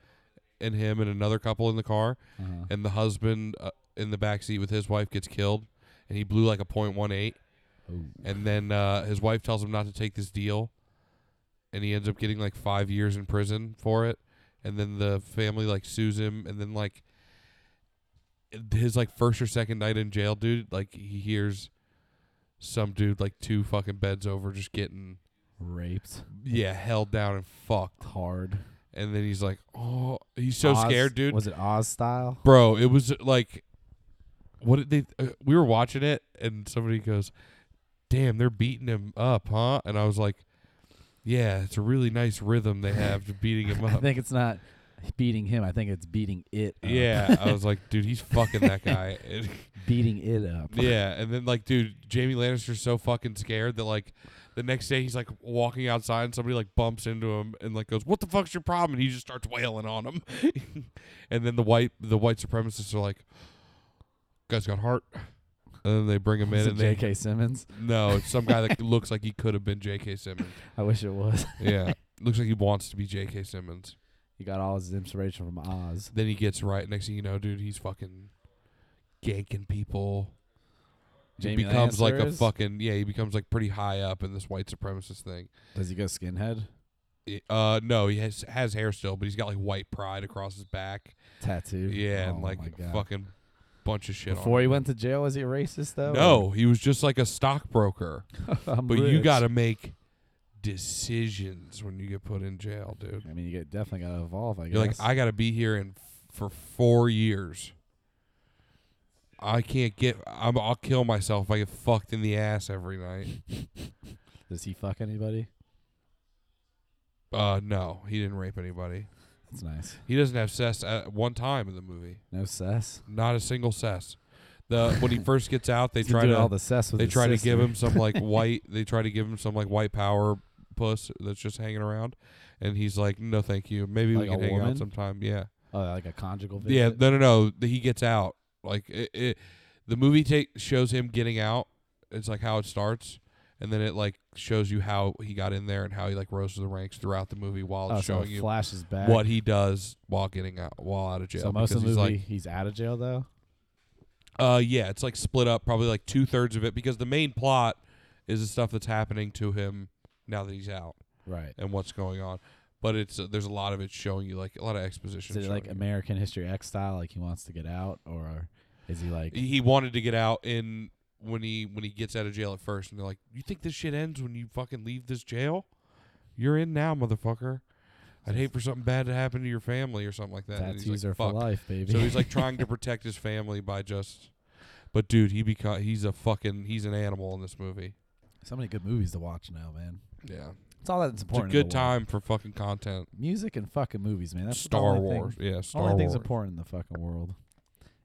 and him and another couple in the car,
Uh-huh.
and the husband uh, in the back seat with his wife gets killed, and he blew like a point one eight.
Oh.
and then uh, his wife tells him not to take this deal, and he ends up getting like five years in prison for it. And then the family like sues him, and then like his like first or second night in jail, dude, like he hears some dude like two fucking beds over just getting
raped
yeah held down and fucked,
hard.
and then he's like, oh, he's so
Oz-
scared, dude.
Was it Oz style?
Bro, it was like what did they? Uh, we were watching it, and somebody goes, "Damn, they're beating him up, huh?" And I was like, "Yeah, it's a really nice rhythm they have to beating him
I
up."
think uh, it's not beating him. I think it's beating it. Up.
yeah, I was like, "Dude, he's fucking that guy." And-
beating it up.
yeah, and then like, dude, Jamie Lannister's so fucking scared that like, the next day he's like walking outside, and somebody like bumps into him and like goes, "What the fuck's your problem?" And he just starts wailing on him, and then the white the white supremacists are like, "Guy's got heart." And then they bring him
Is
in,
it
and they
J.K. Simmons.
No, it's some guy that looks like he could have been J.K. Simmons.
I wish it was.
Yeah, looks like he wants to be J.K. Simmons.
He got all his inspiration from Oz.
Then he gets right. Next thing you know, dude, he's fucking ganking people.
Jamie
he becomes like
Lannister
a
is?
fucking yeah. He becomes like pretty high up in this white supremacist thing.
Does he go skinhead?
I- Uh, no, he has has hair still, but he's got like white pride across his back.
Tattoo.
Yeah,
Oh
and
my
like
God.
fucking bunch of shit. on
Before
him.
he went to jail, was he racist though?
no, he was just like a stockbroker.
I'm
But you
rich.
got to make decisions when you get put in jail, dude.
I mean, you get definitely gotta evolve. I
You're like,
guess.
I got to be here in for four years. I can't get. I'm, I'll kill myself if I get fucked in the ass every night.
Does he fuck anybody?
Uh, no, he didn't rape anybody.
That's nice.
He doesn't have cess at one time in the movie.
No cess.
Not a single cess. The when he first gets out, they
He's
try
doing
to
all the cess with.
they
his
try to give
sister.
him some like white. They try to give him some like white power puss that's just hanging around, and he's like, no, thank you. Maybe
Like
we
a
can hang out
woman?
sometime. Yeah.
Oh, like a conjugal. Visit?
Yeah, no, no, no. th- He gets out. Like it, it, the movie take shows him getting out. It's like how it starts, and then it like shows you how he got in there and how he like rose to the ranks throughout the movie while
Oh,
it's
so
showing
it
you
flashes back.
what he does while getting out while out of jail.
So most of the
because
movie,
he's
he's out of jail though.
like, uh, yeah, it's like split up probably like two thirds of it because the main plot is the stuff that's happening to him now that he's out
Right.
and what's going on. But it's uh, there's a lot of it showing you like a lot of exposition.
Is it
showing
like
you.
American History X style? Like he wants to get out, or is he like?
he wanted to get out in when he when he gets out of jail at first and they're like you think this shit ends when you fucking leave this jail you're in now motherfucker i'd hate for something bad to happen to your family or something like that And he's
Tattoos
like,
are for
"Fuck."
life, baby.
so he's like trying to protect his family by just but dude he beca- he's a fucking he's an animal in this movie
so many good movies to watch now, man.
yeah
It's all that's
it's a
important. in
good
the world.
time for fucking content
Music and fucking movies, man. That's the
star
only
wars
Thing,
yeah star
only
wars
things important in the fucking world.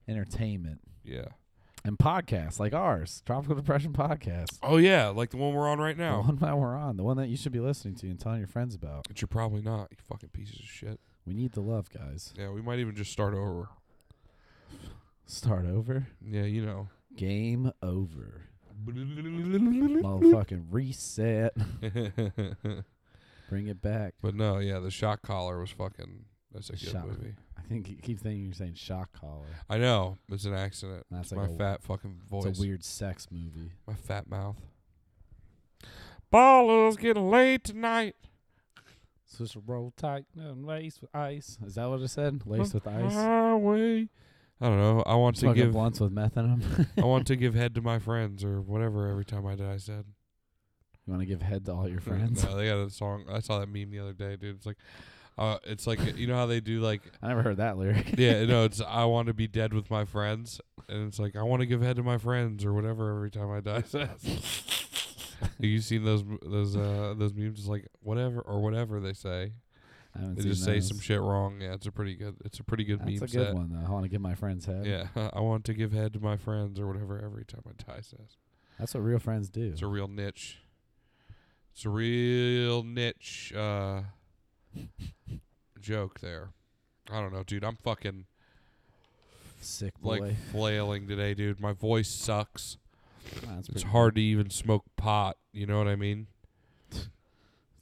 Entertainment
yeah
and podcasts like ours, Tropical Depression Podcast.
oh yeah like the one we're on right
The
now
one that we're on, the one that you should be listening to and telling your friends about.
but you're probably not you fucking pieces of shit
We need the love, guys.
yeah we might even just start over
Start over.
yeah you know
Game over.
but
Motherfucking reset. Bring it back.
no, yeah, the shock collar was fucking. That's a good
Shock.
movie.
I think you keep thinking you're saying shock collar.
I know it's an accident.
That's
It's
like
my
a-
fat fucking voice.
It's a weird sex movie.
My fat mouth. Ballers getting laid tonight.
Switch roll tight and laced with ice. Is that what it said? Laced with ice.
Highway. I don't know. I want to
Smoking
give.
blunts with meth in 'em.
I want to give head to my friends or whatever. Every time I did, I said.
you want to give head to all your friends?
No, they got a song. I saw that meme the other day, dude. It's like, uh, it's like you know how they do like
I never heard that lyric.
yeah, no, it's I want to be dead with my friends, and it's like I want to give head to my friends or whatever every time I die. Have you seen those m- those uh those memes? It's like whatever or whatever they say.
I haven't
They
seen
just say some
those.
shit wrong. Yeah, it's a pretty good. It's a pretty good
That's
meme
a good
set.
one though. I want to give my friends head.
Yeah, I want to give head to my friends or whatever every time I die. Says
That's what real friends do.
it's a real niche. It's a real niche uh joke there. I don't know, dude. I'm fucking.
Sick boy.
like flailing today, dude. My voice sucks.
Nah, that's
It's
pretty
hard to even smoke pot. You know what I mean?
good.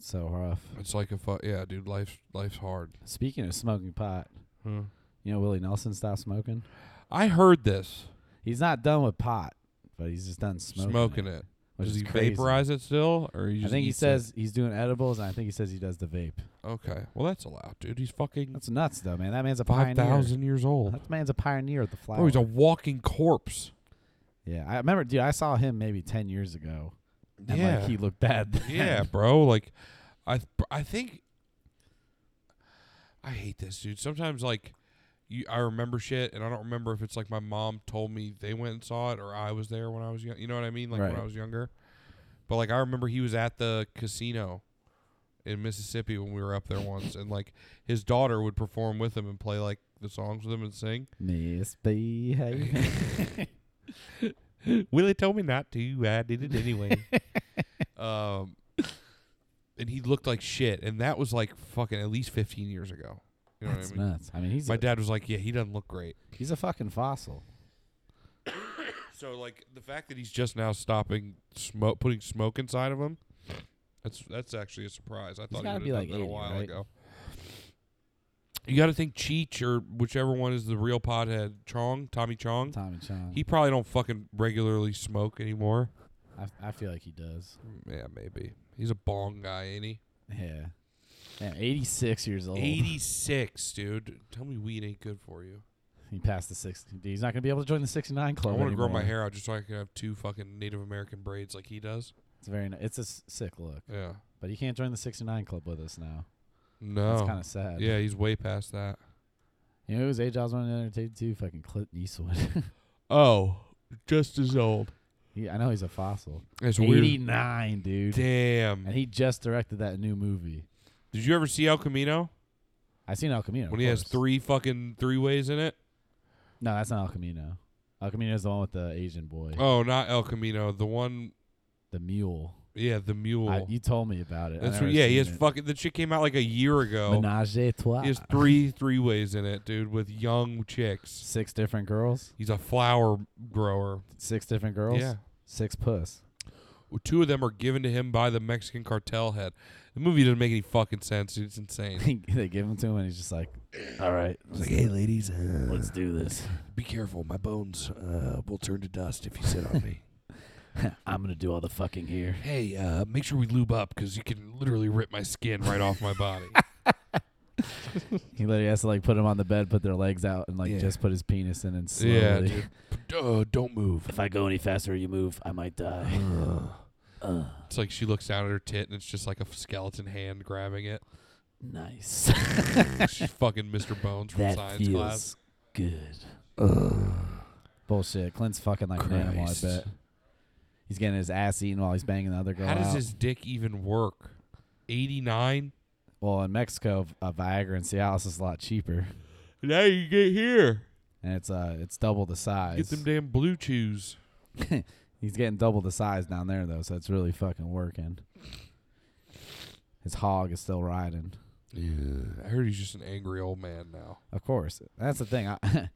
So rough.
It's like a fu- yeah, dude. Life life's hard.
Speaking of smoking pot, you know Willie Nelson stopped smoking.
I heard this
He's not done with pot, but he's just done smoking.
smoking,
it.
it.
which
Does
is
he
crazy.
vaporize it still, or he
I
just
think he
eats it?
says he's doing edibles, and I think he says he does the vape.
okay? Well, that's allowed, dude. He's fucking
That's nuts, though, man. That man's a
five
pioneer.
thousand years old.
That man's a pioneer of the flower.
Bro, he's a walking corpse.
yeah, I remember, dude. I saw him maybe ten years ago, and
yeah,
like he looked bad. then.
yeah, bro. Like, I th- I think I hate this, dude. Sometimes like you, I remember shit, and I don't remember if it's like my mom told me they went and saw it or I was there when I was young. You know what I mean? Like when
Right.
I was younger. But like I remember he was at the casino in Mississippi when we were up there once, and like his daughter would perform with him and play like the songs with him and sing.
Misbehave.
Willie told me not to. I did it anyway. um, and he looked like shit, and that was like fucking at least fifteen years ago. You know
That's
what I mean?
nuts. I mean, he's
My
a,
dad was like, "Yeah, he doesn't look great."
he's a fucking fossil.
So like the fact that he's just now stopping smoke, putting smoke inside of him, that's that's actually a surprise. I thought
gotta
he
be
would have
like
done that
80,
a while
right?
ago. You got to think Cheech or whichever one is the real pothead, Chong, Tommy Chong.
Tommy Chong.
He probably don't fucking regularly smoke anymore.
I, I feel like he does.
Yeah, maybe he's a bong guy, ain't he?
Yeah. Man, 86 years old.
Eighty six, dude. Tell me weed ain't good for you.
He passed the 60. Dude, he's not going to be able to join the 69 club
I want to
anymore.
grow my hair out just so I can have two fucking Native American braids like he does.
It's very. ni- It's a s- sick look.
Yeah.
But he can't join the 69 club with us now.
No.
That's kind of sad.
Oh, yeah, he's way past that.
You know whose age I was wanting to entertain too? Fucking Clint Eastwood.
Oh, just as old.
he, I know he's a fossil.
It's weird.
89, dude.
Damn.
And he just directed that new movie.
Did you ever see El Camino?
I seen El Camino. of
when he has
course.
three fucking three ways in it?
No, that's not El Camino. El Camino is the one with the Asian boy,
Oh, not El Camino. The one,
the mule.
yeah, the mule.
I, you told me about it. I
That's
never
what, yeah,
seen
he has
it.
fucking. The shit came out like a year ago.
Menage a trois.
He has three three ways in it, dude, with young chicks.
six different girls.
He's a flower grower.
Six different girls.
Yeah.
Six puss.
Two of them are given to him by the Mexican cartel head. The movie doesn't make any fucking sense, dude. It's insane.
they give him to him, and he's just like, "All right,
Like, hey, ladies, uh,
let's do this.
be careful. My bones uh, will turn to dust if you sit on me.
I'm gonna do all the fucking here."
hey, uh, make sure we lube up because you can literally rip my skin right off my body.
He literally has to like put him on the bed, put their legs out, and like
Yeah.
just put his penis in and slowly.
Yeah, dude. P- Uh, don't move.
If I go any faster, you move, I might die. Uh,
It's like she looks down at her tit and it's just like a skeleton hand grabbing it.
Nice.
She's fucking Mr. Bones from
that
science
feels
class.
good. Bullshit. Clint's fucking like an animal. I
Christ.
bet. He's getting his ass eaten while he's banging the other girl.
How does
out.
his dick even work? 89?
Well, in Mexico, v- uh, Viagra and Cialis is a lot cheaper,
Now you get here.
and it's uh, it's double the size.
Get them damn blue chews.
He's getting double the size down there though, so it's really fucking working. His hog is still riding.
I heard he's just an angry old man now.
Of course, that's the thing. I,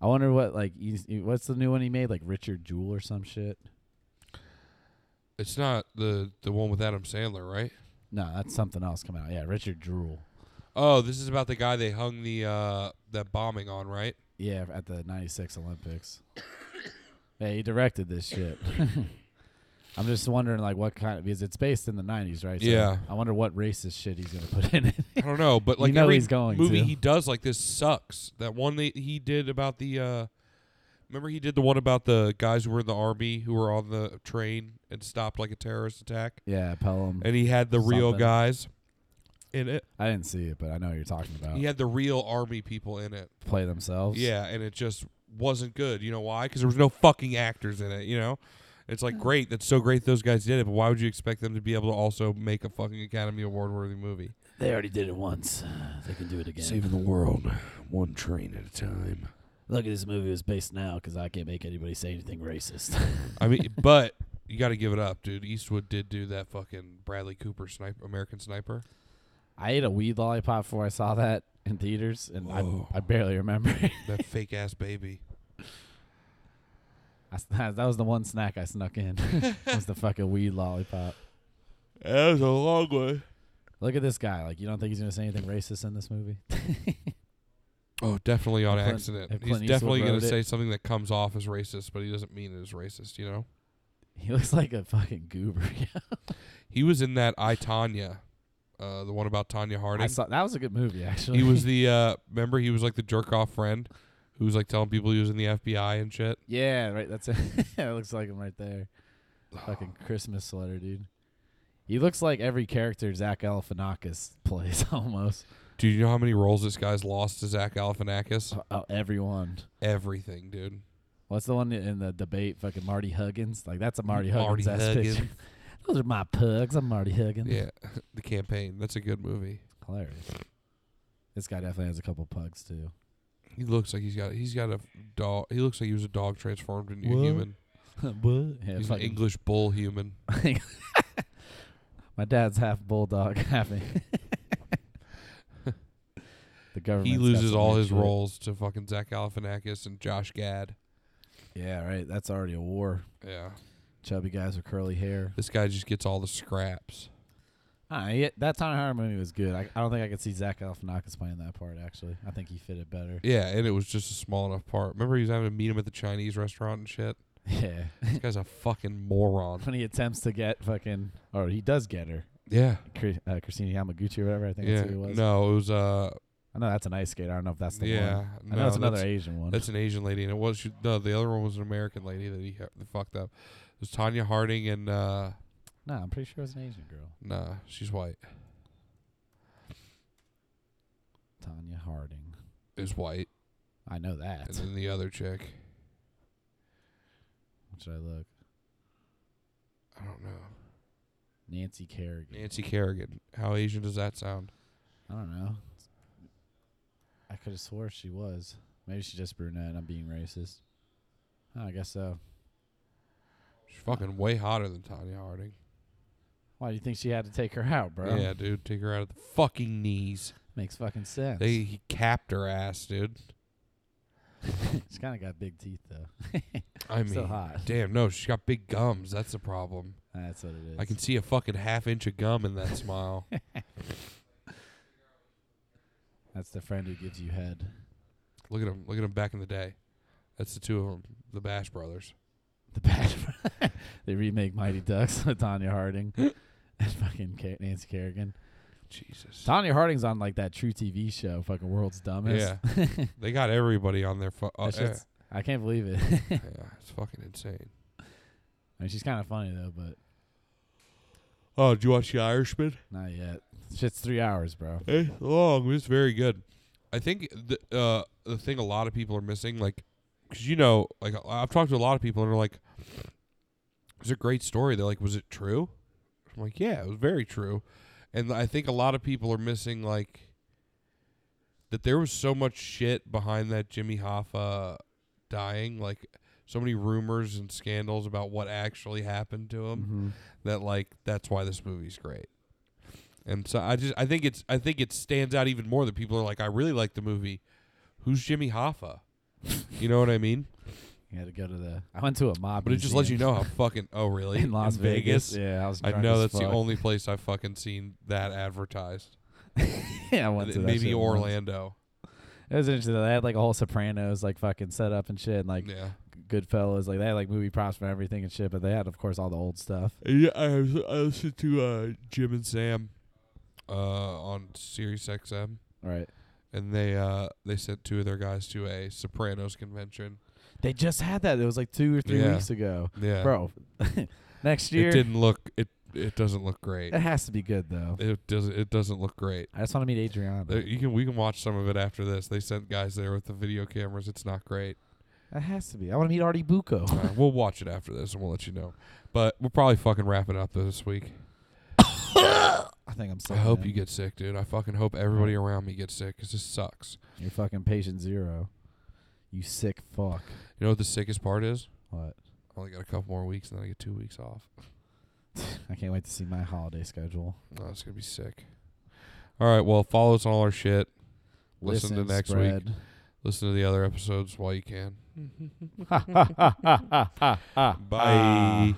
I wonder what like he's, what's the new one he made like Richard Jewell or some shit.
It's not the the one with Adam Sandler, right?
No, that's something else coming out. Yeah, Richard Jewell.
Oh, this is about the guy they hung the uh that bombing on, right?
Yeah, at the '96 Olympics. yeah, he directed this shit. I'm just wondering, like, what kind of because it's based in the '90s, right?
Yeah.
I wonder what racist shit he's gonna put in it.
I don't know, but
You
like
know
every
he's going
movie
to.
he does like this sucks. That one that he did about the uh remember he did the one about the guys who were in the army who were on the train and stopped like a terrorist attack
yeah, Pelham.
and he had the real
Something.
guys in it.
I didn't see it, but I know what you're talking about.
He had the real army people in it.
Play themselves.
Yeah, and it just wasn't good. You know why? Cuz there was no fucking actors in it, you know? It's like great. That's so great those guys did it, but why would you expect them to be able to also make a fucking Academy Award worthy movie?
They already did it once. They can do it again.
Saving the world, one train at a time.
Look at this movie was based now because I can't make anybody say anything racist.
I mean, but you got to give it up, dude. Eastwood did do that fucking Bradley Cooper sniper, American Sniper.
I ate a weed lollipop before I saw that in theaters, and I, I barely remember. it.
That fake ass baby.
I s- that was the one snack I snuck in. was the fucking weed lollipop.
That was a long one.
Look at this guy. Like, you don't think he's gonna say anything racist in this movie?
Oh, definitely on
If Clint-
accident.
if
He's
Clint Eastwood
definitely going
wrote
to
it-
say something that comes off as racist, but he doesn't mean it as racist, you know?
he looks like a fucking goober. yeah.
He was in that I, Tanya, uh, the one about Tanya
I
Harding.
saw that was a good movie actually.
He was the, uh, remember, he was like the jerk off friend who was like telling people he was in the FBI and shit.
Yeah, right. That's it. it looks like him right there. Fucking Christmas sweater, dude. He looks like every character Zach Galifianakis plays almost.
Do you know how many roles this guy's lost to Zach Galifianakis?
Oh, everyone.
Everything, dude.
What's the one in the debate? Fucking Marty Huggins. Like that's a Marty
Marty
Huggins ass
Huggins.
picture. Those are my pugs. I'm Marty Huggins.
Yeah, the campaign. That's a good movie.
Hilarious. This guy definitely has a couple pugs too.
He looks like he's got he's got a dog. He looks like he was a dog transformed into a
What?
human.
what? Yeah,
he's an
fucking-
English bull human.
My dad's half bulldog, half. the government.
He loses all his roles to fucking Zach Galifianakis and Josh Gad.
Yeah, right. That's already a war.
Yeah,
Chubby guys with curly hair.
this guy just gets all the scraps.
Ah, yeah, that Town Horror movie was good. I, I don't think I could see Zach Galifianakis playing that part. Actually, I think he fit it better.
Yeah, and it was just a small enough part. Remember, he was having to meet him at the Chinese restaurant and shit.
Yeah.
This guy's a fucking moron.
when he attempts to get fucking, or he does get her,
Yeah,
Chri- uh, Christina Yamaguchi or whatever. I think
yeah.
that's who it was.
No, it was uh,
I know that's an ice skater. I don't know if that's the
yeah.
one. I
no,
know it's another
that's-
Asian one.
That's an Asian lady, and it was she, no. The other one was an American lady that he ha- that fucked up. It was Tanya Harding, and uh,
no, I'm pretty sure it was an Asian girl.
nah, she's white.
Tanya Harding.
Is white,
I know
and
that.
then the other chick.
What should I look?
I don't know.
Nancy Kerrigan.
Nancy Kerrigan. How Asian does that sound?
I don't know. I could have swore she was. Maybe she's just brunette. I'm being racist. Oh, I guess so.
She's fucking way hotter than Tanya Harding.
Why do you think she had to take her out, bro?
Yeah, dude, take her out of the fucking knees.
Makes fucking sense.
They he capped her ass, dude.
she's kind of got big teeth, though.
I mean,
Still hot.
damn, no, she's got big gums. That's the problem.
That's what it is.
I can see a fucking half inch of gum in that smile.
That's the friend who gives you head.
Look at him. Look at him back in the day. That's the two of them, the Bash brothers.
The bad. Fr- they remake Mighty Ducks with Tanya Harding and fucking Ca- Nancy Kerrigan.
Jesus.
Tanya Harding's on like that True TV show, fucking World's Dumbest. Yeah,
They got everybody on their fu- uh, yeah.
I can't believe it. I
yeah, it's fucking insane.
mean, she's kind of funny though, but
Oh, did you watch The Irishman?
not yet. Shit's three hours, bro.
It's long. It's very good. I think the uh, the thing a lot of people are missing, like, because you know, like I've talked to a lot of people and they're like, "It's a great story." They're like, "Was it true?" I'm like, "Yeah, it was very true," and I think a lot of people are missing like that there was so much shit behind that Jimmy Hoffa dying, like so many rumors and scandals about what actually happened to him
Mhm.
that like that's why this movie's great. And so I just I think it's I think it stands out even more that people are like I really like the movie. Who's Jimmy Hoffa? you know what I mean?
You had to go to the. I went to a mob,
But it just lets you
museum
know how fucking oh really
in Las Vegas. Yeah, I was.
I
drunk
know
as
that's the
fuck.
only place I've fucking seen that advertised.
yeah, I went to that
Maybe
shit once.
Orlando.
It was interesting. though. They had like a whole Sopranos like fucking setup and shit, and like
yeah.
Goodfellas. Like they had like movie props for everything and shit, but they had of course all the old stuff.
Yeah, I I listened to uh, Jim and Sam uh, on Sirius XM,
Right.
and they uh, they sent two of their guys to a Sopranos convention.
They just had that. It was like two or three
Yeah.
weeks ago,
Yeah,
bro. next
it
year, it,
didn't look it. It doesn't look great.
has to be good though.
It doesn't. It doesn't look great.
I just want to meet Adriana.
There- You can we can watch some of it after this. They sent guys there with the video cameras. It's not great.
That has to be. I want to meet Artie Bucco.
Uh, we'll watch it after this and we'll let you know. But we'll probably fucking wrap it up this week.
I think I'm sick.
I hope
man.
you get sick, dude. I fucking hope everybody around me gets sick because this sucks.
You're fucking patient zero. You sick fuck.
You know what the sickest part is?
What?
I only got a couple more weeks and then I get two weeks off.
I can't wait to see my holiday schedule.
Oh, it's gonna be sick. All right. Well, follow us on all our shit. Listen to next week.
spread.
Listen to the other episodes while you can.
week.
Bye.